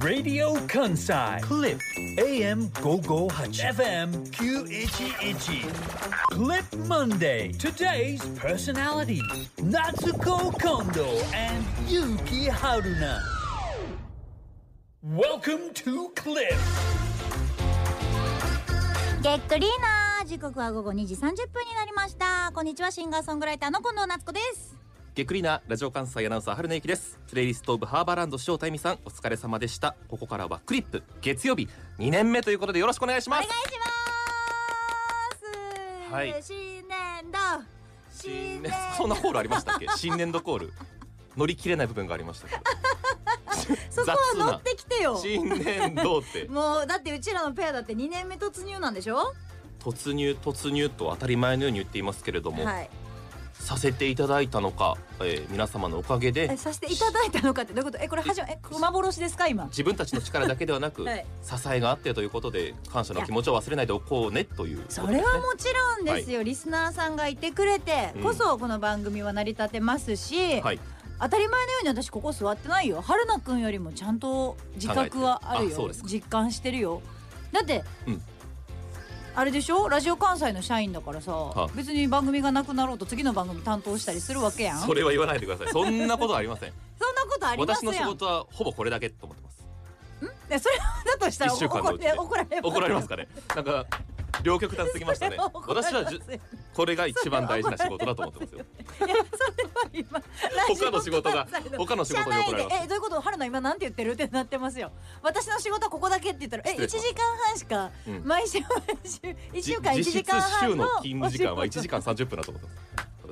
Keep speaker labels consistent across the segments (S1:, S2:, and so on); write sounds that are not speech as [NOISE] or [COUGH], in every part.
S1: Radio Kansai. Clip AM 558. FM 911. Clip Monday. Today's personality Natsuko Kondo and Yuki Haruna. Welcome to Clip.
S2: ゲットリーナー時刻は午後2時30分になりましたこんにちはシンガーソングライターの近藤夏子です
S3: げっくりなラジオ関西アナウンサー春名ゆきですプレイリストオブハーバーランド塩田恵美さんお疲れ様でしたここからはクリップ月曜日2年目ということでよろしくお願いし
S2: お
S3: ま
S2: 願い
S3: す
S2: します、
S3: はい
S2: 新年度新年度
S3: そんなコールありましたっけ新年度コール乗り切れない部分がありましたけど
S2: そこは乗ってきてよ
S3: 新年度って
S2: もうだってうちらのペアだって2年目突入なんでしょ
S3: 突入突入と当たり前のように言っていますけれども、
S2: はい
S3: させていただいたのか、えー皆様のおかげ
S2: え
S3: で
S2: させていただいたのかってどういうことえこれはじめえ熊幻ですか今
S3: 自分たちの力だけではな
S2: [LAUGHS]
S3: く、
S2: はい
S3: 支えがあってということで感謝の気持ちを忘れないでおこうねということ
S2: そ
S3: ですね
S2: れはもちろんですよ、リスナーさんがいてくれてこそこの番組は成り立てますし、
S3: はい
S2: 当たり前のように私ここ座ってないよ春菜くんよりもちゃんと自覚はある
S3: 考えてるあそ
S2: よ
S3: うですか
S2: 実感してるよだって、
S3: うん
S2: あれでしょラジオ関西の社員だからさ、
S3: はあ
S2: 別に番組がなくなろうと次の番組担当したりするわけやんそ
S3: それは言わないでくださいそんなことはありません
S2: んなことあります
S3: 私
S2: やん
S3: の仕事はほぼこれだけと思っ
S2: [LAUGHS]
S3: てます
S2: えそれだとしたら
S3: 一週間のうちで
S2: 怒られ
S3: 怒られますかねなんか両極端すぎま
S2: [LAUGHS]
S3: したね私はじゅこれが一番大事な仕事だと思っ
S2: [LAUGHS]
S3: てますよ
S2: いやそれは今
S3: 他の仕事が
S2: ラジオ関西の
S3: 他の仕事に怒られ
S2: 社
S3: ま
S2: 内で
S3: す
S2: えどういうこと春菜今なんて言ってるってなってますよ私の仕事はここだけって言ったらえ
S3: 失
S2: 1時
S3: 礼しました
S2: 間半しか
S3: うん
S2: 毎週毎週1週間1
S3: 実質
S2: 時間半
S3: 週
S2: の
S3: の勤務時間は
S2: お仕事
S3: 1時間30分だと思ってます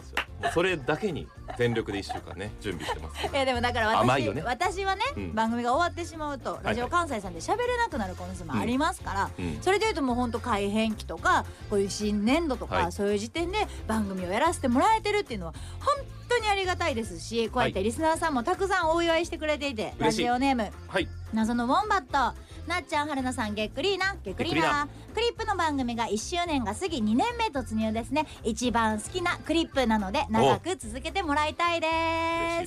S3: 私はもうそれだけに全力で1週間
S2: [LAUGHS]
S3: ね準備してます
S2: えでもだから
S3: 甘
S2: 私,、
S3: いよね
S2: 私はね、
S3: うん
S2: 番組が終わってしまうと
S3: い
S2: ラジオ関西さんで喋れなくなる可能性もありますから、
S3: うん
S2: それでいうともう本当改編期とかこういう新年度とか、
S3: はい
S2: そういう時点で番組をやらせてもらえてるっていうのは本当にありがたいですしこうやって
S3: はい
S2: リスナーさんもたくさんお祝いしてくれていて、ラ
S3: 嬉しい
S2: ジオネーム
S3: はい
S2: 謎のウォンバットなっちゃんはるなさんげっくりーなげっくりーなクリップの番組が1周年が過ぎ2年目突入ですね一番好きなクリップなので長く続けてもらいたい
S3: 嬉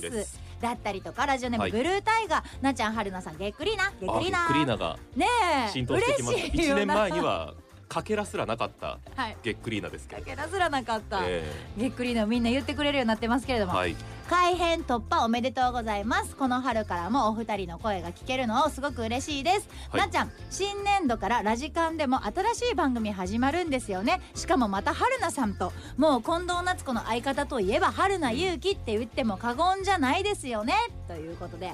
S2: で
S3: しい
S2: す
S3: です
S2: だったりとかラジオネーム、
S3: はい
S2: ブルータイガーなっちゃんはるなさんげっくりーなげっ
S3: あ
S2: く
S3: ビ
S2: りー
S3: ックリ
S2: な
S3: ーナが
S2: ねえ
S3: 浸透してきました
S2: 嬉しい
S3: 1
S2: よな
S3: 年前にはかけらすらなかった
S2: はい
S3: げっくりーなですけ
S2: か
S3: ど
S2: けらすらなかった、
S3: え
S2: げっくりーなみんな言ってくれるようになってますけれど
S3: え
S2: も、
S3: はい
S2: 改編突破おめでとうございますこの春からもお二人の声が聞けるのをすごく嬉しいです、
S3: はい
S2: なっちゃん新年度からラジカンでも新しい番組始まるんですよねしかもまた春菜さんともう近藤夏子の相方といえば春菜ゆうきって言っても過言じゃないですよねということで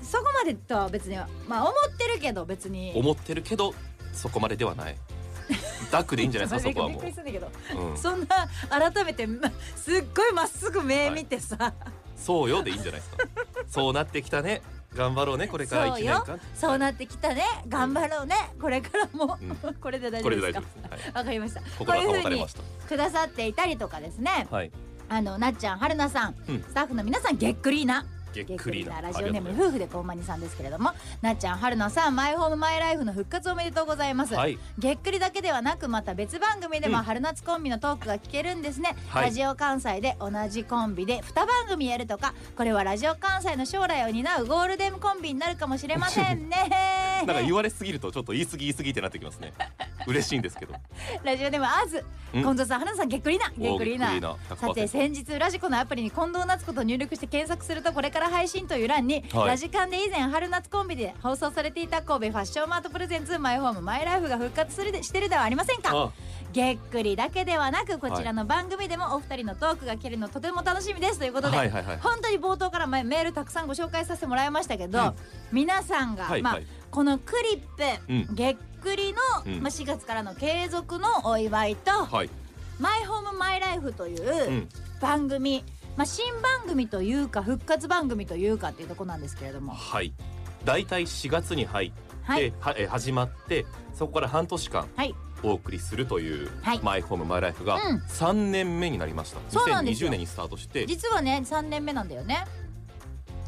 S2: そこまでとは別にまあ思ってるけど別に
S3: 思ってるけどそこまでではないダックでいいんじゃないです
S2: [LAUGHS]
S3: かそこは
S2: びっ
S3: も
S2: くりするんだけど、
S3: う、うん、
S2: そんな改めてますっごいまっすぐ目見てさ、
S3: そうよでいいんじゃな
S2: [LAUGHS]
S3: いですかそうなってきたね頑張ろうねこれから1
S2: そう
S3: 年
S2: よ
S3: 間
S2: そうなってきたね頑張ろうねこれからも、
S3: うん
S2: [LAUGHS] これで大丈
S3: こ
S2: 夫で
S3: れです大丈
S2: か
S3: 夫です、はい、
S2: わかりましたこう
S3: 心
S2: い
S3: が
S2: う
S3: 保
S2: ふう
S3: たれ
S2: に
S3: ました
S2: くださっていたりとかですね
S3: はい
S2: あのなっちゃんはるなさん、
S3: うん
S2: スタッフの皆さんげっくりーな
S3: げっ
S2: げっ
S3: く
S2: くり
S3: り
S2: ー
S3: な
S2: なラジオネーム
S3: ありがとう
S2: 夫婦でこんまにさんですけれどもなっちゃんはるなさんマイホームマイライフの復活おめでとうございま
S3: ござ
S2: す、
S3: いますは
S2: げ
S3: い
S2: っくりだけではなくまた別番組でも
S3: うん
S2: 春夏コンビのトークが聞けるんですね、
S3: はい
S2: ラジオ関西で同じコンビで2番組やるとかこれはラジオ関西の将来を担うゴールデンコンビになるかもしれませ
S3: [LAUGHS]
S2: んね
S3: なんか言われすぎるとちょっと言い過ぎ言い過ぎってなってきます
S2: [LAUGHS]
S3: ね嬉しいんですけど
S2: ラジオネームあず
S3: うん
S2: 近藤さん花さんげっくりなげっくりな
S3: おーげっくりな100%
S2: さて先日ラジコのアプリに近藤夏子と入力して検索するとこれから配信という欄に、
S3: はい
S2: ラジカンで以前春夏コンビで放送されていた神戸ファッションマートプレゼンツマイホームマイライフが復活するでしてるではありませんか
S3: あ
S2: げっくりだけではなくこちらの番組でもお二人のトークが聞けるのとても楽しみですということで、
S3: はいはいはい
S2: 本当に冒頭からメメールたくさんご紹介させてもらいましたけど、皆さんが、
S3: はい
S2: まあ
S3: はい、
S2: このクリップ、
S3: うん
S2: げっくりの、
S3: うん
S2: まあ、4月からの継続のお祝いと
S3: はい
S2: 「マイホームマイライフといううん番組、まあ、新番組というか復活番組というかっていうとこなんですけれども。
S3: はい大体4月に入って、
S2: はい、
S3: はえ始まってそこから半年間
S2: はい
S3: お送りするという、
S2: はい
S3: マイホームマイライフが
S2: うん
S3: 3年目になりました、
S2: そうなんですよ
S3: 2020年にスタートして
S2: 実はね3年目なんだよね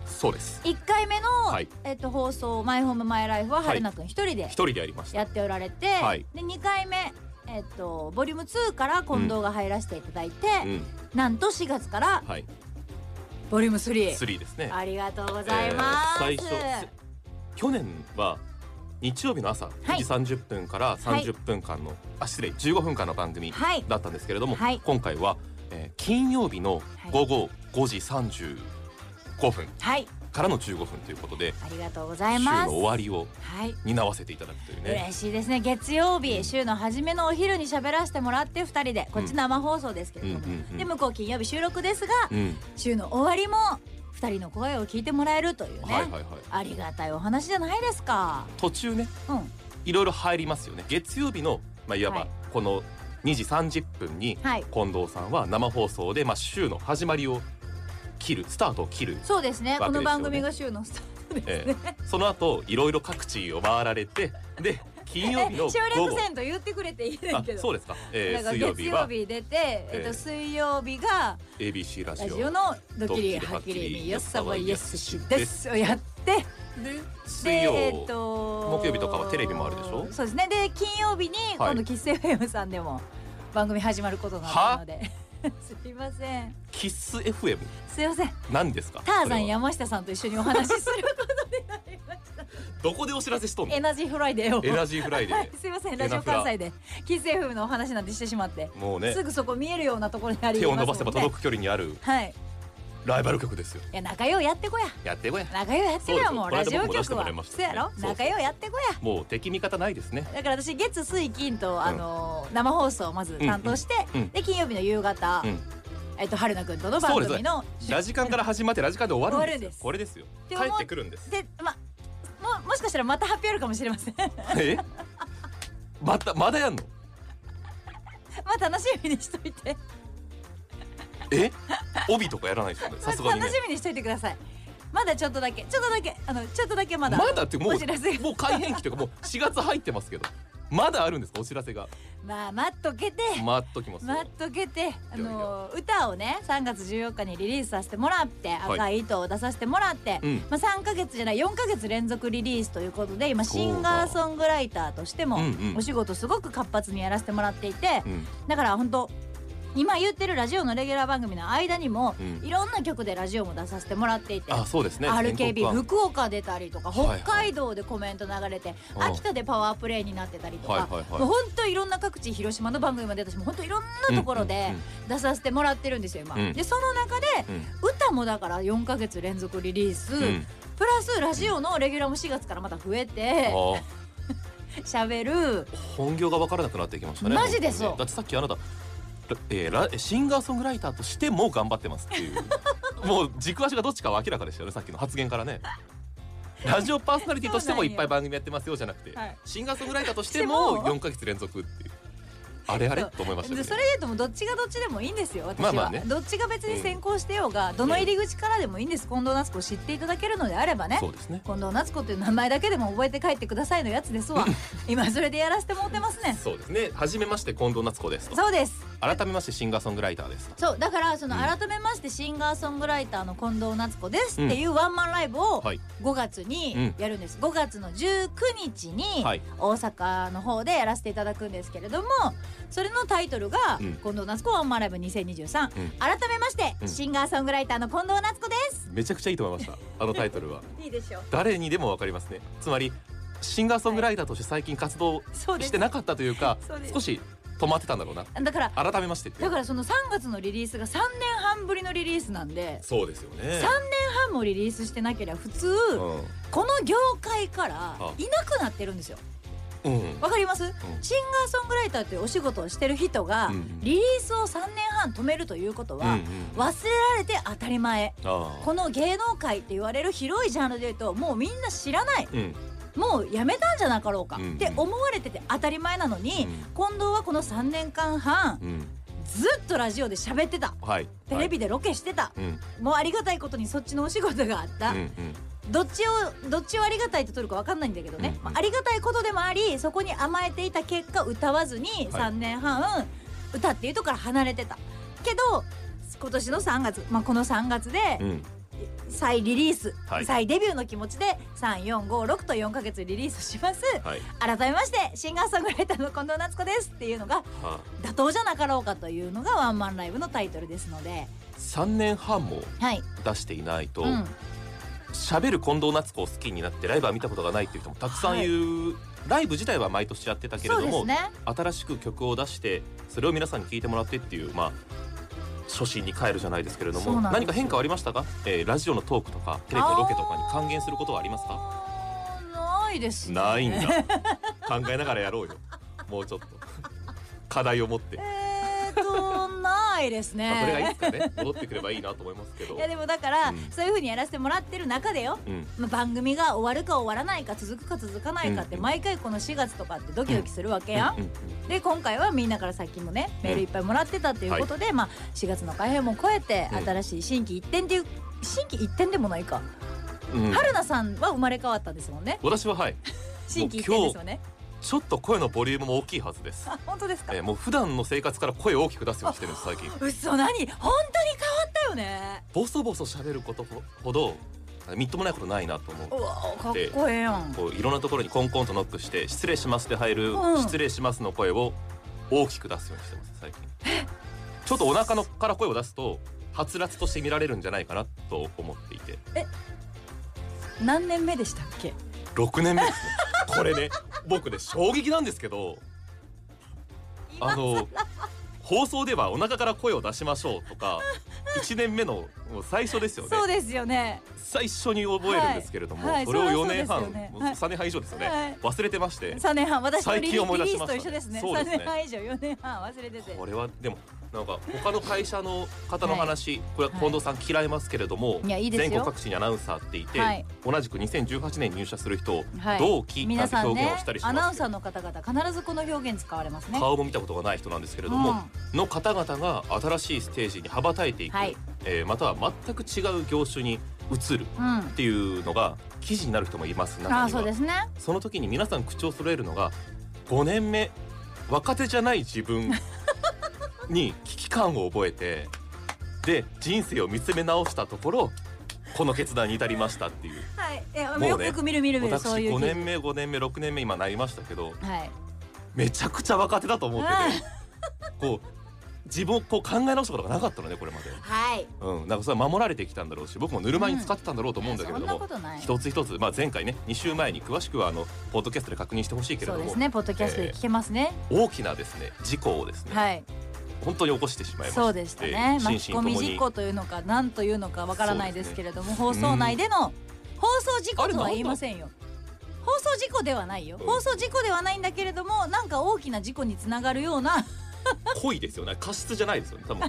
S3: そうです
S2: 1回目の、
S3: はい
S2: えっと、放送「マイホームマイライフは春菜くん一人で
S3: 一人でやりました
S2: やっておられて、
S3: はい
S2: で2回目、えっと、ボリューム2から近藤が入らせていただいて、
S3: うん
S2: なんと4月から
S3: はい
S2: ボリューム3。
S3: 3ですね
S2: ありがとうございます。
S3: えー最初去年は日曜日の朝
S2: はい
S3: 9時30分から
S2: はい
S3: 30分間の、あ失礼15分間の番組
S2: はい
S3: だったんですけれども、
S2: はい
S3: 今回は、えー金曜日の午後5時35分
S2: はい
S3: からの15分ということで
S2: ありがとうござい
S3: 週
S2: ま
S3: の
S2: す
S3: 終わりを
S2: はい
S3: 担わせていただくというね
S2: 嬉しいですね月曜日週の初めのお昼に喋らせてもらって2人でこっち生放送ですけれども、
S3: うんうんうん
S2: で向こう金曜日収録ですが、
S3: うん
S2: 週の終わりも2人の声を聞いてもらえるというね、
S3: はいはいはい
S2: ありがたいお話じゃないですか
S3: 途中ね
S2: うん
S3: いろいろ入りますよね月曜日の、まあ、いわ
S2: は
S3: ば
S2: い
S3: この2時30分に
S2: はい
S3: 近藤さんは生放送で、まあ、週の始まりを切るスタートを切る、
S2: そうですねこ
S3: わけですよ
S2: の
S3: ね
S2: 番組が週のスタートです、 [LAUGHS]
S3: ええその後いろいろ各地を回られて
S2: [LAUGHS]
S3: で金 [LAUGHS] 曜日の
S2: 省
S3: 午
S2: 略
S3: 後
S2: せんと言ってくれていいねん
S3: あ
S2: けど
S3: そうですか、
S2: だ
S3: えー
S2: から
S3: 水曜
S2: 月
S3: 日
S2: 曜
S3: は
S2: 日出て、えっ
S3: え
S2: と、
S3: え
S2: 水曜日が
S3: ABC ラジ
S2: ラ
S3: オ
S2: ジオのドッキリはっ
S3: ドッキリ
S2: きり
S3: はっき
S2: み
S3: り
S2: よっさはイエスしですをやって
S3: で水
S2: で
S3: 曜、
S2: えっと
S3: 木曜日とかはテレビもあるでしょ
S2: そうですねで金曜日に
S3: はい
S2: 今度キッセフェムさんでも番組始まることになるので [LAUGHS] すいません
S3: キッス FM
S2: すいません
S3: 何ですか
S2: ターザン
S3: それは
S2: 山下さんと一緒にお話しすることになりました
S3: どこでお知らせしとんの
S2: エナジーフライデーを
S3: エナジーフライデー
S2: はい、 [LAUGHS] すいませんラジ
S3: エ
S2: オ
S3: ナフラ
S2: 関西でキッセフェムのお話なんてしてしまって
S3: もうね
S2: すぐそこ見えるようなところにあり
S3: 手
S2: ますも
S3: を
S2: んね
S3: 伸ばせば届く距離にある
S2: はい
S3: ライバル局ですよ
S2: いや仲良うやってこや
S3: やってこや
S2: 仲良うやってこや
S3: そうです
S2: もう
S3: この間
S2: ラジオ
S3: 僕も出して
S2: 局
S3: も
S2: は
S3: らいまし
S2: そ
S3: たよ
S2: や
S3: ね
S2: ろ
S3: そうそう
S2: 仲良うやってこや
S3: もう敵味方ないですね
S2: だから私月水金と、あのー生放送をまず担当して、
S3: うんうんうん
S2: で金曜日の夕方、
S3: うん
S2: えっと春菜くんとの番組の
S3: ラジカンから始まってラジカンで終わるんですよ
S2: 終
S3: こ
S2: わ
S3: れですよ
S2: で
S3: 帰
S2: も
S3: ってくるんです
S2: でまももしかしたらまた発表あるかもしれません [LAUGHS]
S3: えまたまだやんの
S2: まあ楽しみにしといて
S3: え帯とかやらないですよねさすがに
S2: まあ
S3: ね
S2: 楽しみにしといてくださいまだちょっとだけちょっとだけあのちょっとだけまだ
S3: まだってもう
S2: お知らせが
S3: もう改編期というかもう4月入ってますけどまだあるんですかお知らせが
S2: まあ待っとけて、
S3: 待っときますよ
S2: 待っとけてあ
S3: いやい
S2: のー歌をね3月14日にリリースさせてもらって
S3: い
S2: 赤い糸を出させてもらって、
S3: うん
S2: まあ、3ヶ月じゃない4ヶ月連続リリースということで今シンガーソングライターとしても
S3: うんうん
S2: お仕事すごく活発にやらせてもらっていて
S3: うん
S2: だから本当今言ってるラジオのレギュラー番組の間にも
S3: うん
S2: いろんな曲でラジオも出させてもらっていて。
S3: あそうですね
S2: RKB
S3: 全国版
S2: 福岡出たりとか
S3: はいは
S2: 北
S3: い
S2: 海道でコメント流れて
S3: ああ
S2: 秋田でパワープレイになってたりと
S3: はい
S2: か
S3: はいは
S2: もう
S3: い
S2: 本当いろんな各地広島の番組も出たしもう本当いろんなところで出させてもらってるんですよ今。
S3: うん
S2: でその中で
S3: うんうん
S2: 歌もだから4ヶ月連続リリース、
S3: うんうん
S2: プラスラジオのレギュラーも4月からまた増え
S3: あ
S2: て
S3: ー
S2: 喋る
S3: 本業が分からなくなってきましたね
S2: マジでそう
S3: 本当にねだってさっきあなたらえーらシンガーソングライターとしても頑張ってますっていう
S2: [LAUGHS]
S3: もう軸足がどっちかは明らかでしたよねさっきの発言からねラジオパーソナリティとしてもいっぱい番組やってますよじゃなくて、
S2: はい
S3: シンガーソングライターとして
S2: して
S3: も
S2: も
S3: 4ヶ月連続っていうあれあれ
S2: そう
S3: と思いました
S2: で
S3: け
S2: そ
S3: ど、
S2: れ
S3: ね、
S2: で言うともうどっちがどっちでもいいんですよ私
S3: ま
S2: は、
S3: あまあね
S2: どっちが別に先行してようが、どの入り口からでもいいんです近藤夏子を知っていただけるのであればね
S3: そうですね
S2: 近藤夏子という名前だけでも覚えて帰ってくださいのやつです
S3: [LAUGHS]
S2: わ今それでやらせてもってますね
S3: そうですね初めまして近藤夏子ですと
S2: そうです
S3: 改めましてシンガーソングライターですと
S2: そうだからその
S3: うん
S2: 改めましてシンガーソングライターの近藤夏子ですっていうワンマンライブを
S3: はい
S2: 5月にやるんです5月の19日に
S3: はい
S2: 大阪の方でやらせていただくんですけれどもそれのタイトルが
S3: うん
S2: 「近藤夏子ワンマンライブ2023」
S3: うん
S2: 改めまして
S3: うん
S2: シンガーソングライターの近藤夏子です
S3: めちゃくちゃいいと思いましたあのタイトルは
S2: いいでしょう
S3: 誰にでもわかりますねつまりシンガーソングライターとして最近活動
S2: そうで
S3: し
S2: す
S3: てなかったというか
S2: そうです
S3: 少し止まってたんだろうな
S2: だから
S3: 改めましてっていう
S2: だからその3月のリリースが3年半ぶりのリリースなんで
S3: そうですよね
S2: 3年半もリリースしてなければ普通
S3: う
S2: この業界からいなくなってるんですよ
S3: ん、うん、
S2: わかります、
S3: ん
S2: シンガーソングライターというお仕事をしてる人が、
S3: うんうん
S2: リリースを3年半止めるということは、
S3: うんうん
S2: 忘れられて当たり前
S3: ああ
S2: この芸能界って言われる広いジャンルで言うともうみんな知らない
S3: うん
S2: もうやめたんじゃなかろうか、
S3: うんうん
S2: って思われてて当たり前なのに、近藤はこの3年間半
S3: うん
S2: ずっとラジオで喋ってた
S3: はい
S2: テレビでロケしてた、
S3: はいうん
S2: もうありがたいことにそっちのお仕事があった、
S3: うんうん
S2: どっちをどっちをありがたいと取るかわかんないんだけどね
S3: う、んうん
S2: まあ、ありがたいことでもありそこに甘えていた結果歌わずに
S3: はい
S2: 3年半歌っていうとこから離れてたけど今年の3月、まあ、この3月で
S3: うん
S2: 再リリース、
S3: はい
S2: 再デビューの気持ちで3456と4ヶ月リリースします
S3: はい
S2: 改めましてシンガーソングライターの近藤夏子ですっていうのが
S3: はあ
S2: 妥当じゃなかろうかというのがワンマンライブのタイトルですので
S3: 3年半も
S2: はい、
S3: 出していないと、
S2: うん、
S3: 喋る近藤夏子を好きになってライブは見たことがないっていう人もたくさんいる、ライブ自体は毎年やってたけれ
S2: そう
S3: ど
S2: で
S3: も、
S2: すね
S3: 新しく曲を出してそれを皆さんに聴いてもらってっていうまあ初心に帰るじゃないですけれど
S2: そう
S3: も
S2: なんです
S3: 何か変化はありましたか、えーラジオのトークとかテレビのロケとかに還元することはありますか
S2: あーないです、ね、
S3: な
S2: [LAUGHS]
S3: いんだ考えながらやろうよもうちょっと課題を持って、ま
S2: えーとないですね
S3: あ、これがいいですかね戻ってくればいいなと思いますけど
S2: いやでもだから、
S3: うん
S2: そういう風にやらせてもらってる中でよ、
S3: うん
S2: まあ、番組が終わるか終わらないか続くか続かないかって
S3: うん
S2: 毎回この4月とかってドキドキするわけやん
S3: う、んうん
S2: で今回はみんなからさっきもねメールいっぱいもらってたっていうことで、まあ、4月の改編も超えて
S3: うん
S2: 新しい新規一点っていう新規一点でもないか、
S3: うんうん
S2: 春菜さんは生まれ変わったんですもんね
S3: 私ははい
S2: 新規一点ですよね
S3: ちょっと声のボリュームも大きいはずです
S2: あ本当ですか、
S3: えーもう普段の生活から声を大きく出すようにしてるんです最近
S2: 嘘何本当に変わったよね
S3: ボソボソ喋ることほほどあみっともないことないなと思う
S2: うわかっこええやん
S3: こういろんなところにコンコンとノックして「失礼します」で入る「
S2: うん
S3: 失礼します」の声を大きく出すようにしてます最近ちょっとお腹のから声を出すとはつらつとして見られるんじゃないかなと思っていて
S2: 何年目でしたっけ
S3: 6年目
S2: [LAUGHS]
S3: ですねこれね僕ね衝撃なんですけどあの放送ではお腹から声を出しましょうとか1年目のもう最初ですよね
S2: そうですよね
S3: 最初に覚えるんですけれども、
S2: はいはい
S3: それを4年半、
S2: そうですよね
S3: もう
S2: はい
S3: 3年半以上ですよね、
S2: はい
S3: 忘れてまして
S2: 3年半私と
S3: 最
S2: リリ
S3: 近思い
S2: リ
S3: 出
S2: リー
S3: し
S2: ス
S3: ました
S2: と一緒ですね
S3: そうですね
S2: 3年半以上4年半忘れてて
S3: これはでもなんか他の会社の方の話、これは
S2: はい
S3: 近藤さん嫌いますけれども、
S2: いやいいですよ
S3: 全国各地にアナウンサーっていて、
S2: はい
S3: 同じく2018年入社する人を
S2: はい
S3: どう聞い
S2: 皆
S3: た
S2: さん
S3: 表
S2: ね
S3: 現をしたりし
S2: アナウ
S3: ま
S2: ン
S3: す
S2: サーの方々必ずこの表現使われますね
S3: 顔も見たことがない人なんですけれども、の方々が新しいステージに羽ばたいていく、
S2: はい
S3: えーまたは全く違う業種に移るっ
S2: うん、うん
S3: ていうのが記事になる人もいます中には
S2: ああそうですね
S3: その時に皆さん口を揃えるのが5年目若手じゃない自分に危機感を覚えてで人生を見つめ直したところこの決断に至りましたっていう
S2: はいえ
S3: うね
S2: よくよく見る見る見る
S3: 私
S2: そういう
S3: 5
S2: 記事
S3: 年目5年目6年目今なりましたけど
S2: はい
S3: めちゃくちゃ若手だと思っててこう自分をこう考え直したことがなかったのねこれまで。
S2: はい
S3: うん、なんかそれは守られてきたんだろうし僕もぬるま湯に使ってたんだろうと思うんだけれ
S2: そん
S3: ど
S2: な
S3: も、
S2: ことない
S3: 一つ一つ、まあ、前回ね2週前に詳しくはあのポッドキャストで確認してほしいけ
S2: そ
S3: れど
S2: うで
S3: も
S2: す、ねポッドキャストで聞けますね、
S3: 大きなですね事故をですね、
S2: はい
S3: 本当に起こしてしまいました
S2: そうでしたね、
S3: えー
S2: 巻き
S3: 心身
S2: 込み
S3: とも
S2: 事
S3: に
S2: 故というのか何というのかわからないですけれども、放
S3: すね
S2: 送内での放送事故とは
S3: あれなんだ
S2: 言いませんよ放送事故ではないよ、
S3: うん
S2: 放送事故ではないんだけれどもなんか大きな事故につながるよう [LAUGHS] な
S3: 恋ですよね過失じゃないですよね
S2: [LAUGHS]
S3: 多分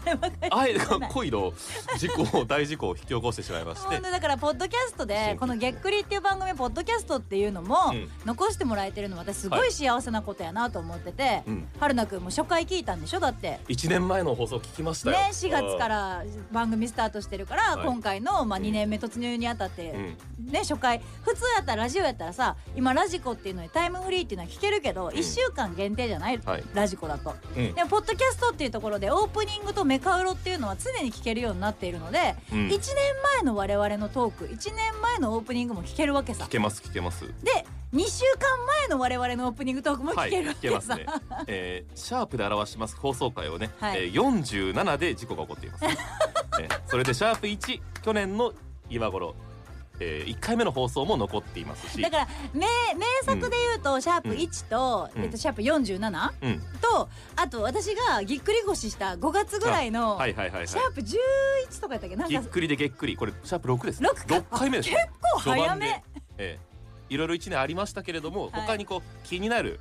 S3: あえて恋の事故を大事故を引き起こしてしまいまして
S2: 本当だからポッドキャスト
S3: 心
S2: で
S3: 身
S2: この「げっくり」っていう番組ポッドキャストっていうのも、
S3: うん
S2: 残してもらえてるの私すご
S3: はい
S2: 幸せなことやなと思ってて、
S3: うん
S2: 春菜くんも初回聞いたんでしょだって。
S3: 1年前の放送聞きましたよ
S2: ね、4月から番組スタートしてるから、
S3: はい
S2: 今回の、まあ、
S3: うん
S2: 2年目突入にあたって、
S3: うん
S2: ね初回普通やったらラジオやったらさ今ラジコっていうのにタイムフリーっていうのは聞けるけど、
S3: ん
S2: 1週間限定じゃない、
S3: はい
S2: ラジコだと
S3: うん
S2: でもポッドキャストっていうところでオープニングとメカウロっていうのは常に聞けるようになっているので、
S3: うん
S2: 1年前の我々のトーク1年前のオープニングも聞けるわけさ
S3: 聞けます聞けます
S2: で2週間前の我々のオープニングトークも
S3: は
S2: 聞
S3: い
S2: けるわ
S3: 聞
S2: け
S3: け
S2: さ、
S3: ますねえーシャープで表します放送回をね、
S2: はい
S3: えー、47で事故が起こって
S2: [LAUGHS]
S3: います、えーそれでシャープ1去年の今頃、え1回目の放送も残っています
S2: [LAUGHS]
S3: し
S2: だから名名作で言うと、シャープ1と、
S3: うん
S2: えっと、シャープ47
S3: うん
S2: とあと私がぎっくり腰した5月ぐらいの、
S3: はいはいはいはい
S2: シャープ11とかやったっけなん
S3: ぎっ
S2: か
S3: くりでげっくりこれシャープ6ですね
S2: 6か
S3: 六回目です
S2: 結構早
S3: 序盤
S2: め
S3: でええいろいろ1年ありましたけれど
S2: は
S3: も、
S2: い
S3: 他にこう気になる、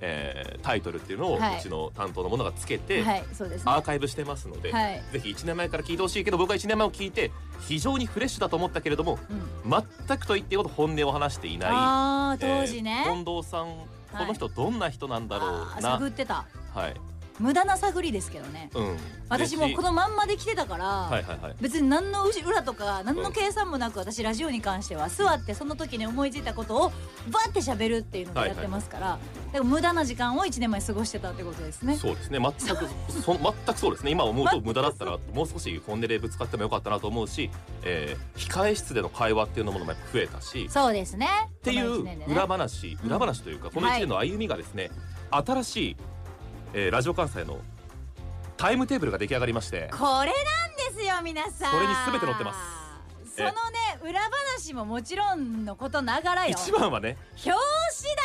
S3: えータイトルっていうのを、
S2: はいう
S3: ちの担当の者がつけて、
S2: はいそうですね
S3: アーカイブしてますので、
S2: はい
S3: ぜひ1年前から聞いてほしいけど僕は1年前を聞いて非常にフレッシュだと思ったけれども
S2: うん
S3: 全くと言っていいほど本音を話していない、
S2: あー
S3: え
S2: 当
S3: ー
S2: 時ね、
S3: 近藤さんこの人どんな人なんだろう
S2: あー
S3: な、
S2: 探ってた
S3: はい、
S2: 無駄な探りですけどね
S3: うん、
S2: 私もうこ
S3: の
S2: のまんまで来てたから、
S3: はいはいはい
S2: 別に何の裏とか何
S3: う
S2: の
S3: ん
S2: 計算もなく私ラジオに関しては座ってその時に思いついたことをバッて喋るっていうのをやってますから、だから無駄な時間を1年前過ごしてたってことですね。
S3: そうですね全くそ [LAUGHS] 全くそうですね今思うと無駄だったなもう少し本音でぶつかってもよかったなと思うし、えー控え室での会話っていうのものもやっぱ増えたしっ
S2: そうですね。
S3: てい
S2: この一年
S3: う
S2: でね
S3: 裏話、裏話というかこの1年の歩みがですね、新しい、えーラジオ関西のタイムテーブルが出来上がりまして
S2: これなんですよ皆さん。
S3: これに全て載ってます
S2: そのね裏話ももちろんのことながらよ
S3: 一番はね
S2: 表紙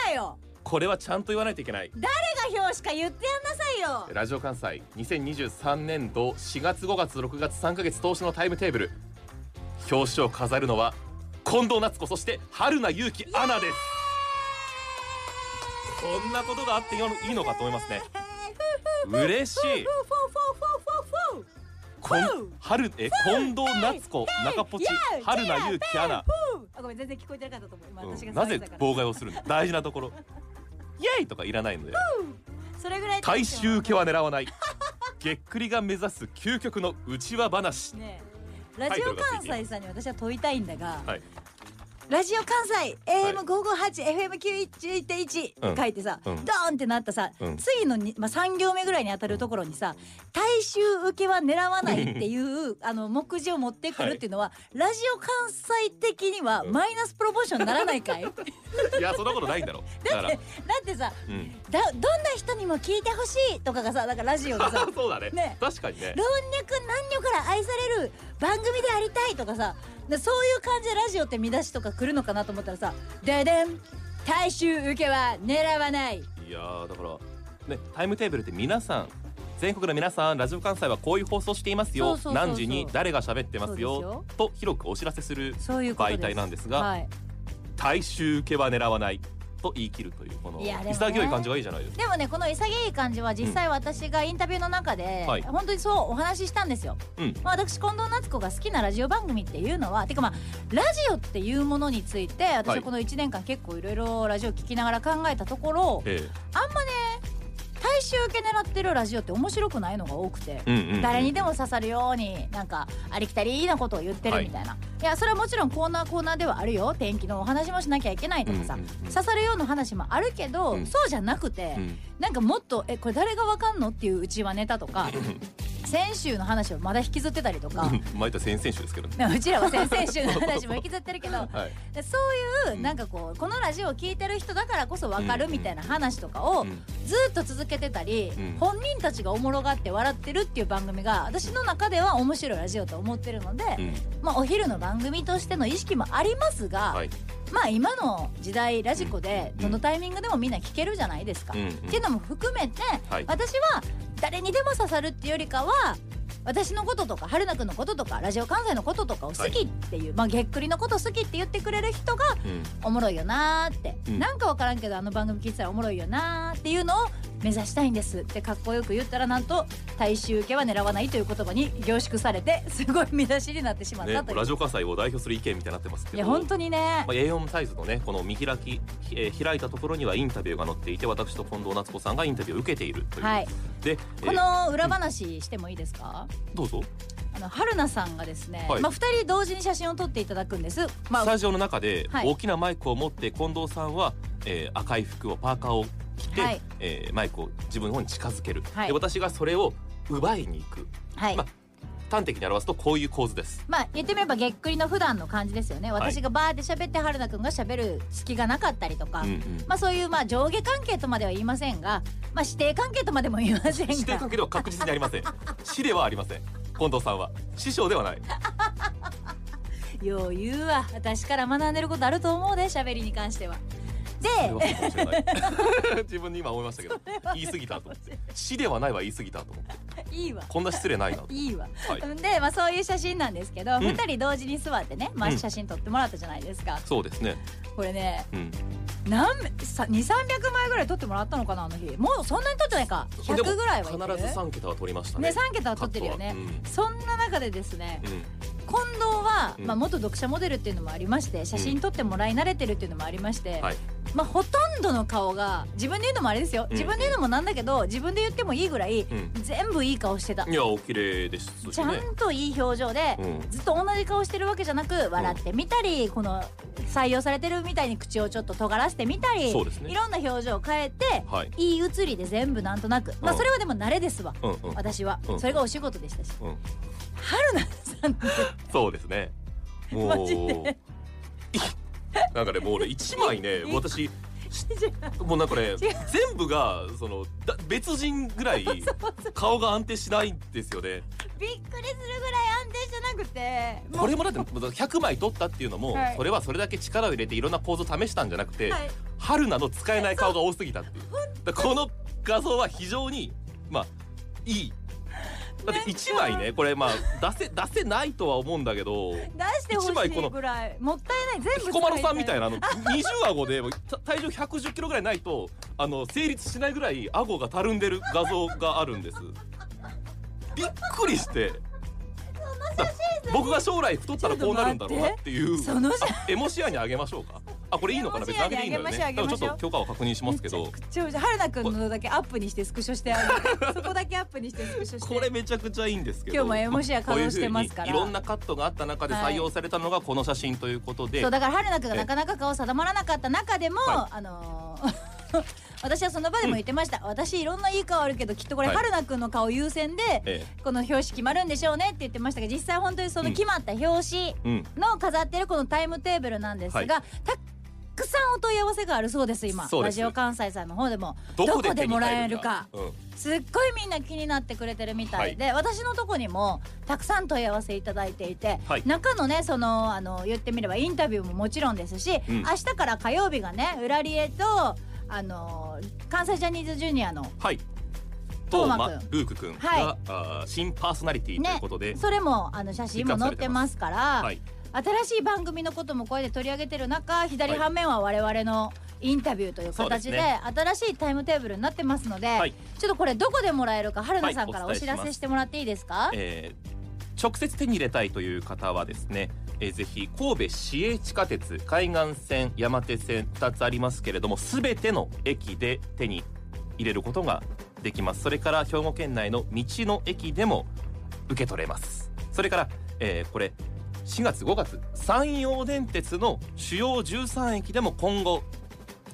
S2: だよ
S3: これはちゃんと言わないといけない
S2: 誰が表しか言ってやんなさいよ
S3: ラジオ関西2023年度4月5月6月3ヶ月投資のタイムテーブル表紙を飾るのは近藤夏子そして春名優輝アナですこんなことがあってよいいのかと思いますね嬉しい
S2: フォーフォーフォーフォーフォーフォー
S3: こん春え近藤夏子中ポチ春名優輝アナ
S2: フォーあごめん全然聞こえてなかったと思う今私
S3: う
S2: が
S3: んなぜ
S2: 騒いだから
S3: 妨害をするの大事なところイエイとかいらないので
S2: それぐらい
S3: 大衆受けは狙
S2: [LAUGHS]
S3: わないげっくりが目指す究極の内輪話
S2: ねえラジオ関西さんに私は問いたいんだが、
S3: はい
S2: ラジオ関西
S3: は
S2: AM558FM91.1
S3: うん
S2: って書いてさ、
S3: うん
S2: ドーンってなったさ、
S3: うん
S2: 次のに、まあ、3行目ぐらいに当たるところにさ「大衆受けは狙わない」っていう
S3: [LAUGHS]
S2: あの目次を持ってくるっていうのは、ラジオ関西的には
S3: うん
S2: マイナスプロポーションにならないか
S3: [LAUGHS]
S2: いだ
S3: いやそんなことないん
S2: [LAUGHS]
S3: だろだから
S2: ってさ
S3: うん
S2: だどんな人にも聞いてほしいとかがさなんかラジオでさ
S3: [LAUGHS] そうだね
S2: ね
S3: 確かにね
S2: 老若男女から愛される番組でありたいとかさでそういう感じでラジオって見出しとか来るのかなと思ったらさ「ででん大衆受けは狙わない
S3: いやーだからねタイムテーブルって皆さん全国の皆さんラジオ関西はこういう放送していますよ
S2: そうそうそうそう
S3: 何時に誰が喋ってますよ
S2: そうで
S3: と広くお知らせする」
S2: そういうことで
S3: 媒
S2: す
S3: 体なんですが、
S2: はい、
S3: 大衆受けは狙わないと言い切るというこの
S2: いやでもね
S3: 潔い感じがいいじゃないですか
S2: でもねこの潔い感じは実際私がインタビューの中で、
S3: はい
S2: 本当にそうお話ししたんですよ、
S3: うん
S2: まあ、私近藤夏子が好きなラジオ番組っていうのはてかまあラジオっていうものについて私
S3: はい
S2: はこの1年間結構いろいろラジオ聞きながら考えたところ、
S3: え
S2: 大衆受け狙ってるラジオって面白くないのが多くて、
S3: えうんうんうん
S2: 誰にでも刺さるようになんかありきたりなことを言ってるみたいな、い、やそれはもちろんコーナーコーナーではあるよ天気のお話もしなきゃいけないとかさ、
S3: うんうんうん
S2: 刺さるような話もあるけど、
S3: うん
S2: そうじゃなくて、
S3: うん
S2: なんかもっと「えこれ誰がわかんの?」っていううちはネタとか先週の話をまだ引きずってたりとか。
S3: [LAUGHS] 毎回先々週ですけどね
S2: うちらは先々週の話も引きずってるけど
S3: はい
S2: でそういううんなんかこうこのラジオを聞いてる人だからこそ分かるみたいな話とかを
S3: うん
S2: ずっと続けてたり、
S3: うん
S2: 本人たちがおもろがって笑ってるっていう番組が私の中では面白いラジオと思ってるので、
S3: うん
S2: まあ、お昼の番組としての意識もありますが、
S3: はい
S2: まあ今の時代ラジコで
S3: うん
S2: どのタイミングでもみんな聞けるじゃないですか。
S3: うんうん
S2: っていうのも含めて、
S3: はい
S2: 私は誰にでも刺さるっていうよりかは私のこととか春菜くんのこととかラジオ関西のこととかを好きっていう、まあげっくりのこと好きって言ってくれる人が
S3: うん
S2: おもろいよなーって、
S3: うん
S2: なんかわからんけどあの番組聞いてたらおもろいよなーっていうのを目指したいんですってかっこよく言ったらなんと大衆受けは狙わないという言葉に凝縮されてすごい見出しになってしまっ
S3: ね
S2: たという、
S3: ラジオ関西を代表する意見みたいになってますけど
S2: いや本当にね、
S3: まあ、A4 サイズのねこの見開き、えー開いたところにはインタビューが載っていて私と近藤夏子さんがインタビューを受けているという、
S2: はい
S3: で、えー
S2: この裏話してもいいですか、
S3: どうぞ、
S2: あの春菜さんがですね、
S3: はい
S2: まあ、2人同時に写真を撮っていただくんです、ま
S3: ス
S2: あ、
S3: タジオの中で
S2: はい
S3: 大きなマイクを持って近藤さんは、えー赤い服をパーカーを着て、
S2: はい
S3: えーマイクを自分の方に近づける、
S2: はい
S3: で私がそれを奪いに行く
S2: はい
S3: まあ端的に表すとこういう構図です。
S2: まあ言ってみればげっくりの普段の感じですよね
S3: はい
S2: 私がバーって喋って春菜くんが喋る隙がなかったりとか、
S3: うんうん
S2: まあそういうまあ上下関係とまでは言いませんが、まあ指定関係とまでも言いません
S3: 師弟
S2: が
S3: 関係では確実にありませ
S2: [LAUGHS]
S3: ん師ではありません近藤さんは師匠ではない
S2: 余裕は私から学んでることあると思うで喋りに関しては。
S3: それは
S2: で
S3: そうかもしれない [LAUGHS] 自分に今思いまし
S2: [LAUGHS]
S3: たけど言い過ぎたと思って死ではないは言い過ぎたと思って
S2: いいわ
S3: こんな失
S2: [LAUGHS]
S3: 礼ないなと
S2: いいわ。
S3: はい
S2: でまあそういう写真なんですけど、
S3: ん
S2: 二人同時に座ってね、まあ、
S3: うん
S2: 写真撮ってもらったじゃないですか、
S3: そうですね
S2: これね
S3: うん
S2: 何さ2300枚ぐらい撮ってもらったのかなあの日もうそんなに撮ってないか100ぐらいは
S3: で
S2: い
S3: も
S2: って
S3: 必ず
S2: る
S3: 三桁は取りました
S2: ね
S3: ね
S2: 3桁は撮ってるよね、そんな中でですね
S3: カットは
S2: 近藤は、
S3: うんうんうん
S2: まあ、元読者モデルっていうのもありまして写真撮ってもらい慣れてるっていうのもありまして、
S3: はい
S2: まあ、ほとんどの顔が自分で言うのもあれですよ、
S3: ん
S2: 自分で言うのもなんだけど自分で言ってもいいぐらい、
S3: ん
S2: 全部いい顔してた、
S3: いやお綺麗ですしね
S2: ちゃんといい表情で、
S3: うん
S2: ずっと同じ顔してるわけじゃなく笑ってみたり、この採用されてるみたいに口をちょっと尖らせてみたり、
S3: そうですね
S2: いろんな表情を変えて
S3: はい
S2: いい写りで全部なんとなく、まあ
S3: うん
S2: それはでも慣れですわ、
S3: うんうん
S2: 私は、
S3: うん
S2: それがお仕事でした [LAUGHS] し
S3: うん
S2: 春菜さんって
S3: そうですねも
S2: マジで [LAUGHS]
S3: [LAUGHS] ういなんかねもうね一枚ね
S2: いい
S3: 私もうなんかこれ
S2: 違う
S3: 全部がそのだ別人
S2: [LAUGHS]
S3: ぐらい顔が安定しないんですよね。
S2: びっくりするぐらい安定してなくてもう
S3: これもだって100枚取ったっていうのも、
S2: はい
S3: それはそれだけ力を入れていろんな構造試したんじゃなくて、
S2: はい
S3: 春菜の使えない顔が多すぎたっていうだからこの画像は非常にまあいいだって1枚ねこれまあ出せ出せないとは思うんだけど
S2: 出してほし
S3: 一枚こ
S2: い
S3: の
S2: ぐらいもったいない全部
S3: 彦摩呂さんみたい
S2: な
S3: なあの20顎でた体重110キロぐらいないとあの成立しないぐらい顎がたるんでる画像があるんですびっくりして僕が将来太ったらこうなるんだろうなっていう
S2: その写
S3: あエモシアにあげましょうかあこれいいのかな別にあげていいんだよね
S2: あげましょうあげましょう
S3: 多分ちょっと許可を確認しますけど
S2: めちゃくちゃ春菜くんのだけアップにしてスクショしてあげるそこだけアップにしてスクショして
S3: これめちゃくちゃいいんですけど
S2: 今日もエモシア稼働してますから
S3: こういうふうにいろんなカットがあった中で採用されたのがこの写真ということで、
S2: そうだから春菜くんが
S3: え
S2: なかなか顔定まらなかった中でも、
S3: は
S2: あのー [LAUGHS] 私はその場でも言ってました、私いろんないい顔あるけどきっとこれ、
S3: はい
S2: 春菜くんの顔優先で、
S3: え
S2: この表紙決まるんでしょうねって言ってましたが実際本当にその決まった表紙
S3: えうん
S2: の飾ってるこのタイムテーブルなんですが、
S3: はい
S2: たくさんお問い合わせがあるそうです今
S3: そう
S2: ラ
S3: です
S2: ジオ関西さんの方でも
S3: どこ
S2: どこ
S3: で
S2: で
S3: 手に
S2: もら
S3: 入
S2: え
S3: る
S2: るか
S3: か、うん
S2: すっごいみんな気になってくれてるみたいで、私のとこにもたくさん問い合わせいただいていて、
S3: はい
S2: 中のねそのあの言ってみればインタビューももちろんですし、
S3: うん
S2: 明日から火曜日がねウラリエとあの関西ジャニーズジュニアの
S3: はい。
S2: ト
S3: ト
S2: ー
S3: ー
S2: マ
S3: マ
S2: くん
S3: ルーク君が、
S2: はい
S3: あー新パーソナリティということで、
S2: それもあの写真も載ってますから
S3: はい、
S2: 新しい番組のこともこれで取り上げてる中左半面は我々のインタビューという
S3: そうです
S2: 形で
S3: ね
S2: 新しいタイムテーブルになってますので、
S3: はい
S2: ちょっとこれどこでもらえるか春菜さんから
S3: は
S2: お
S3: いお
S2: 知
S3: 伝えしま
S2: ら
S3: す
S2: せしてもらっていいですか、
S3: えー直接手に入れたいという方はですね、えーぜひ神戸市営地下鉄海岸線山手線2つありますけれども全ての駅で手に入れることができますそれから兵庫県内の道の駅でも受け取れますそれから、えーこれ4月5月山陽電鉄の主要13駅でも今後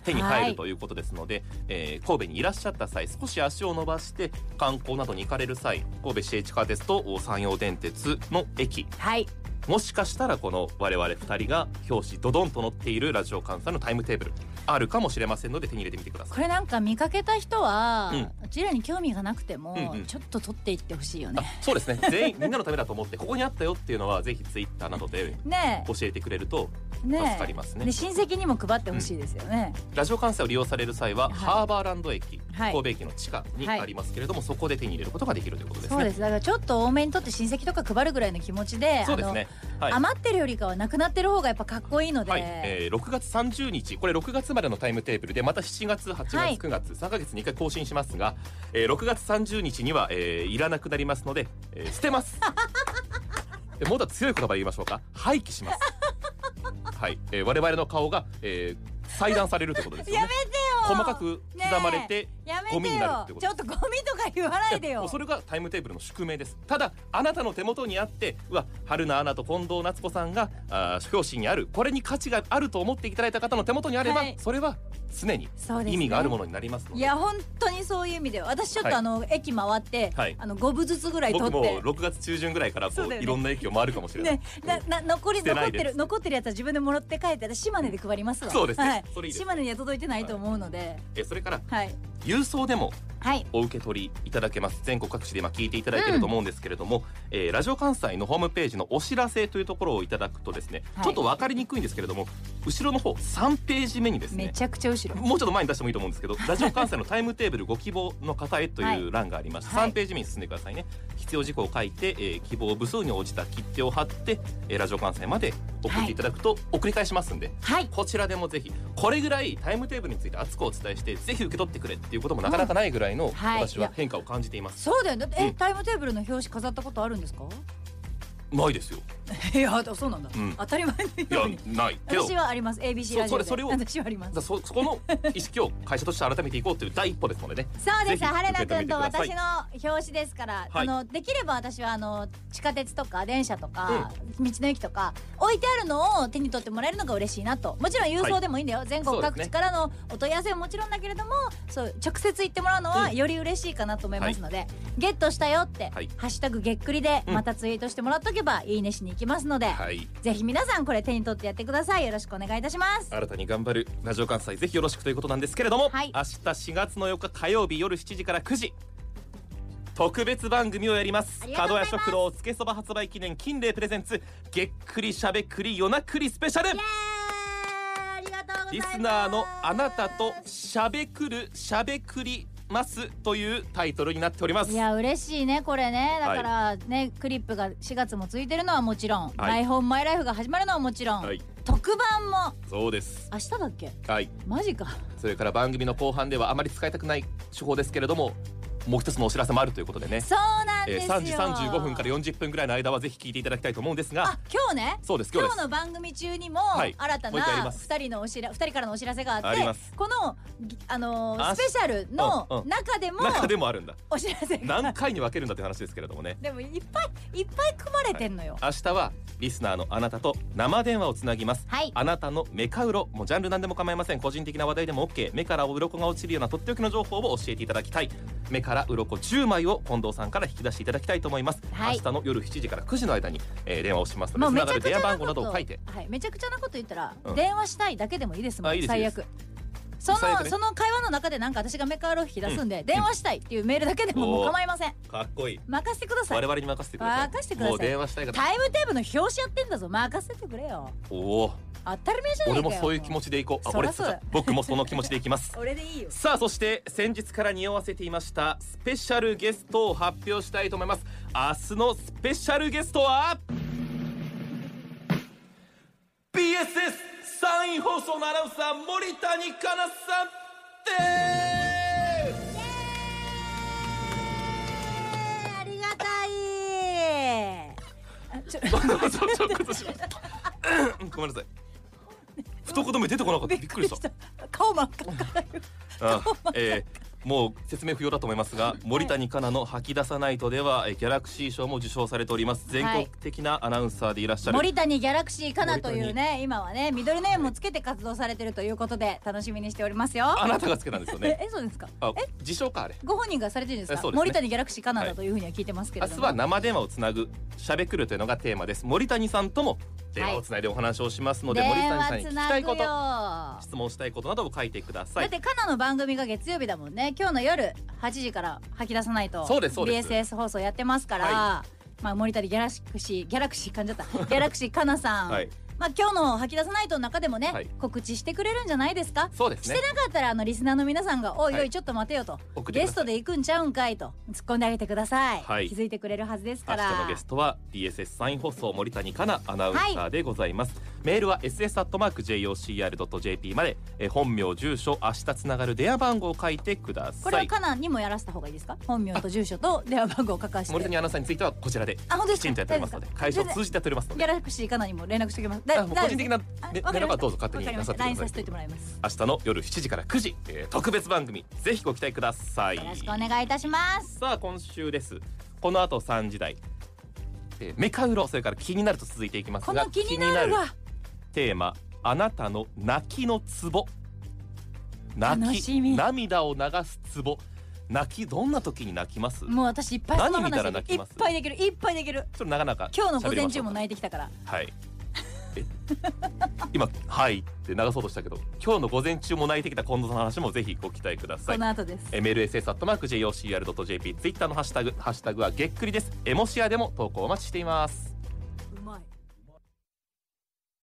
S3: 手に
S2: は
S3: 入
S2: い
S3: るということですので、えー神戸にいらっしゃった際少し足を伸ばして観光などに行かれる際神戸市営地下鉄と山陽電鉄の駅
S2: はい
S3: もしかしたらこの我々2人が表紙ドドンと載っているラジオ関西のタイムテーブルあるかもしれませんので手に入れてみてください
S2: これなんか見かけた人は、うちらに興味がなくても、
S3: うんうん
S2: ちょっと取っていってほしいよ
S3: あ
S2: ね。
S3: そうですね全員みんなのためだと思ってここにあったよっていうのはぜひツイッターなどで
S2: ね
S3: 教えてくれると
S2: えねえ
S3: 助かりますね
S2: で親戚にも配ってほしいですよね。
S3: ラジオ関西を利用される際は、
S2: い
S3: ハーバーランド駅、
S2: はい
S3: 神戸駅の地下に
S2: はい
S3: ありますけれども、そこで手に入れることができるということです
S2: そう
S3: ね。
S2: ですだからちょっと多めに取って親戚とか配るぐらいの気持ちで
S3: そうですね。
S2: あ
S3: はい
S2: の。余ってるよりかはなくなってる方がやっぱかっこいいので、
S3: はい、えー6月30日これ6月までのタイムテーブルでまた7月8月
S2: はい
S3: 9月、3ヶ月に1回更新しますが、えー6月30日には、えーいらなくなりますので、えー捨てます
S2: [LAUGHS]
S3: えもっと強い言葉で言いましょうか廃棄しますはい、えー我々の顔が、えー裁断されるということですよ
S2: やめ
S3: ね
S2: てよ
S3: 細かく刻まれて、
S2: ねえやめてよ
S3: ゴミになるってこと
S2: ちょっとゴミとか言わないで
S3: いやも
S2: よ
S3: うそれがタイムテーブルの宿命ですただあなたの手元にあってうわ春菜アナと近藤夏子さんがあー表紙にあるこれに価値があると思っていただいた方の手元にあれば、
S2: はい
S3: それは常に
S2: そうですね
S3: 意味があるものになりますの
S2: い
S3: で
S2: や本当にそういう意味で私ちょっ
S3: はい
S2: とあの、駅回って、
S3: はい
S2: あの5分ずつぐらい取っ
S3: 僕
S2: て
S3: も6月中旬ぐらいからこ
S2: そう
S3: う
S2: だよね
S3: いろんな駅を回るかもしれない、
S2: ね、なな残り
S3: 捨て
S2: 残
S3: な
S2: っ
S3: い
S2: て
S3: で
S2: る
S3: す
S2: 残ってるやつは自分でもらって帰って私島根で配りますわ
S3: そうですね
S2: はい
S3: それいいですね
S2: 島根には届いてないと思うので
S3: えそれから
S2: はい
S3: 郵送でも
S2: はい
S3: お受け取りいただけます全国各地で今聞いていただいてると思うんですけれども、えーラジオ関西のホームページのお知らせというところをいただくとですね、
S2: はい
S3: ちょっと分かりにくいんですけれども後ろの方3ページ目にですね
S2: めちゃくちゃ後ろ
S3: もうちょっと前に出してもいいと思うんで
S2: [LAUGHS]
S3: すけどラジオ関西のタイムテーブルご希望の方へと
S2: はいいう
S3: 欄がありまして、
S2: はい
S3: 3ページ目に進んでくださいね必要事項を書いて、えー希望部数に応じた切手を貼って、えーラジオ関西まで送っていただくと、送り返しますんで
S2: はい
S3: こちらでもぜひこれぐらいタイムテーブルについて熱くお伝えしてぜひ受け取ってくれっていうこともなかなかないぐらいの、
S2: はい
S3: 私は変化を感じています、
S2: そうだよねだってえ、
S3: うん
S2: タイムテーブルの表紙飾ったことあるんです
S3: [LAUGHS]
S2: か
S3: ないですよ
S2: いやあそうなんだ、
S3: うん
S2: 当たり前
S3: い
S2: のよ
S3: や
S2: うに
S3: ないけど
S2: 私はあります ABC ラジオで
S3: そそれそれを
S2: 私はあります
S3: だそそこの意識を会社として改めていこうという第一歩ですのでね
S2: そうで
S3: ぜ
S2: す
S3: ひ
S2: 春菜
S3: 受け
S2: く
S3: 止め
S2: ん
S3: て
S2: と
S3: くださ
S2: 私
S3: い
S2: の表紙ですから、
S3: はい
S2: あのできれば私はあの地下鉄とか電車とか、道の駅とか置いてあるのを手に取ってもらえるのが嬉しいなともちろん郵送でもいいんだよ、全国
S3: そう
S2: 各
S3: です
S2: 地
S3: ね
S2: からのお問い合わせはもちろんだけれどもそう直接行ってもらうのは
S3: うん
S2: より嬉しいかなと思いますので、ゲットしたよって、
S3: はい
S2: ハッシュタグげっくり」で
S3: うん
S2: またツイートしてもらっとけば、いいねしにいきますので、
S3: はい
S2: ぜひ皆さんこれ手に取ってやってくださいよろしくお願いいたします
S3: 新たに頑張るラジオ関西ぜひよろしくということなんですけれども、
S2: はい
S3: 明日4月の4日火曜日夜7時から9時特別番組をやります
S2: ありがとうご
S3: 角
S2: ざい
S3: 屋
S2: ます
S3: 食堂つけそば発売記念金礼プレゼンツげっくりしゃべくり夜なくりスペシャル
S2: イエーイありがとうござい
S3: リ
S2: ます
S3: スナーのあなたとしゃべくるしゃべくりますというタイトルになっております
S2: いや嬉しいねこれねだからね、クリップが4月もついてるのはもちろん、
S3: はい
S2: 台本マイライフが始まるのはもちろん、
S3: はい
S2: 特番も
S3: そうです
S2: 明日だっけ
S3: はい
S2: マジか
S3: それから番組の後半ではあまり使いたくない手法ですけれどももう一つのお知らせもあるということでね
S2: そうなん
S3: え
S2: で
S3: ー
S2: すよ、
S3: 3時35分から40分ぐらいの間はぜひ聞いていただきたいと思うんですが
S2: あ今日ね
S3: そうです今
S2: 今
S3: 日
S2: 日
S3: です
S2: の番組中にも
S3: はい
S2: 新た
S3: もう一回やり
S2: な
S3: ます
S2: 2人のお知ら2人からのお知らせがあって
S3: あります
S2: このぎあのー
S3: あ
S2: スペシャルの
S3: うんうん
S2: 中でも
S3: 中でもあるんだ
S2: お知らせが
S3: 何回に分けるんだって話ですけれどもね
S2: でもいっぱいいっぱい組まれてんのよ
S3: 明日はリスナーのあなたと生電話をつなぎます
S2: はい
S3: あなたのメカウロもうジャンル何でも構いません個人的な話題でも OK 目から鱗が落ちるようなとっておきの情報を教えていただきたい目から鱗10枚を近藤さんから引き出していただきたいと思います、
S2: はい
S3: 明日の夜7時から9時の間に、えー電話をします
S2: も
S3: の
S2: う
S3: で
S2: め
S3: つ
S2: ち
S3: な
S2: ゃくちゃ
S3: がる電話
S2: な
S3: 番
S2: こ
S3: 号など
S2: と、
S3: を書いて
S2: はい、めちゃくちゃなこと言ったら、
S3: うん
S2: 電話したいだけでもいいですもん
S3: あいいです
S2: 最
S3: い
S2: 悪その
S3: 最悪ね
S2: その会話の中でなんか私がメカウロを引き出すんで、電話したいっていうメールだけでももう構いません
S3: かっこいい
S2: 任せてくださ
S3: 我
S2: い
S3: 々に任せてください
S2: 任せてください
S3: もう電話したい方
S2: タイムテーブルの表紙やってんだぞ任せてくれよ
S3: おおー
S2: 当たり前じゃないか
S3: 俺
S2: よ
S3: もそういう気持ちでいこうあ
S2: そ
S3: 俺
S2: らそうだ
S3: 僕もその気持ちでいきま
S2: [LAUGHS]
S3: す
S2: もう俺でいいよ
S3: さあそして先日から匂わせていましたスペシャルゲストを発表したいと思います明日のスペシャルゲストは BSS 参院放送のアナウンサー森谷香奈さんです
S2: ありがたいあ [LAUGHS] ち
S3: [LAUGHS]
S2: ょ
S3: そうそうそうそう [LAUGHS] うんごめんなさい懐目出てこなかったびっくりした
S2: 顔真っ赤っか
S3: あえーもう説明不要だと思いますが森谷香奈の「吐き出さないと」では、えーギャラクシー賞も受賞されております全国的なアナウンサーでいらっしゃる、
S2: [LAUGHS] 森谷ギャラクシーかなというね今はねミドルネームをつけて活動されてるということで楽しみにしておりますよ
S3: あなたがつけたんですよ
S2: え
S3: ね
S2: えそうですか
S3: あ自称かあれ
S2: ご本人がされてるんです
S3: え
S2: か
S3: そうですね
S2: 森谷ギャラクシーカナダというふうには聞いてますけ
S3: 明
S2: れど
S3: 日
S2: も、
S3: は生電話をつなぐしゃべくるというのがテーマです森谷さんとも電話をつないでお話をしますので、森
S2: 電
S3: 谷さん
S2: 話
S3: に聞
S2: つ
S3: き
S2: な
S3: たい
S2: ぐ
S3: こ
S2: よ
S3: と質問したいことなどを書いてくださ
S2: だっ
S3: い
S2: てカナの番組が月曜日だもんね今日の夜8時から吐き出さないと
S3: そうですそうです
S2: BSS 放送やってますから、
S3: は
S2: まあ森谷ギャラクシーギャラクシー噛んじゃった
S3: [LAUGHS]
S2: ギャラクシーカナさん、
S3: はい
S2: まあ今日の吐き出さないとの中でもね、
S3: はい
S2: 告知してくれるんじゃないですか
S3: そうです
S2: して
S3: ね
S2: なかったらあのリスナーの皆さんが「おいお
S3: はいい
S2: ちょっと待てよと」
S3: 送ってください
S2: ゲストで行くんちゃうんかい」と突っ込んであげてください、
S3: はい
S2: 気づいてくれるはずです
S3: 明
S2: から
S3: 日のゲストは DSS サイン放送森谷香奈アナウンサーでございます、メールは ss.jocr.jp までえー本名住所明日つながる電話番号を書いてくだ
S2: これ
S3: さ
S2: はいカナにもやらせた方がいいですか本名と住所と電話番号を書かせて
S3: 森谷アナウンサーについてはこちらで
S2: あ本当で
S3: き
S2: すか
S3: ちんとやっておりますので
S2: 大
S3: 会
S2: 丈
S3: 社
S2: 夫で
S3: を
S2: す
S3: 通じてやっておりますの
S2: ギャ
S3: で
S2: ラクシーカナにも連絡しておきますだ
S3: あもう個人的な
S2: あ
S3: メ
S2: わかりました
S3: メールはどうぞ勝手
S2: わかり
S3: に
S2: ま
S3: な
S2: し
S3: さ
S2: た
S3: って
S2: LINE
S3: くださ
S2: さ
S3: い
S2: せといてもらいます
S3: 明日の夜7時から9時、えー特別番組ぜひご期待ください
S2: よろしくお願いいたします
S3: さあ今週ですこの後3時台、えーメカウロそれから気になると続いていきます
S2: こ
S3: が
S2: の気になるが
S3: テーマ「あなたの泣きのツボ」
S2: 楽
S3: 泣
S2: し
S3: き
S2: み
S3: 涙を流すツボ泣きどんな時に泣きます
S2: もう私いっぱいその
S3: 何見たら
S2: 話で
S3: 泣
S2: きる
S3: き
S2: いっ
S3: ます
S2: ぱいできるいっぱいできる
S3: それなかなか
S2: 今日の午前中も
S3: ない
S2: 泣いてきたから
S3: はいえ今「はい」って流そうとしたけど今日の午前中も泣いてきた近藤さんの話もぜひご期待くださ
S2: こ
S3: い
S2: の後です
S3: え MLSS アットマーク JOCR.JP ツイッターのハッシュタグハッシュタグはげっくりですエモシアでも投稿お待ちしています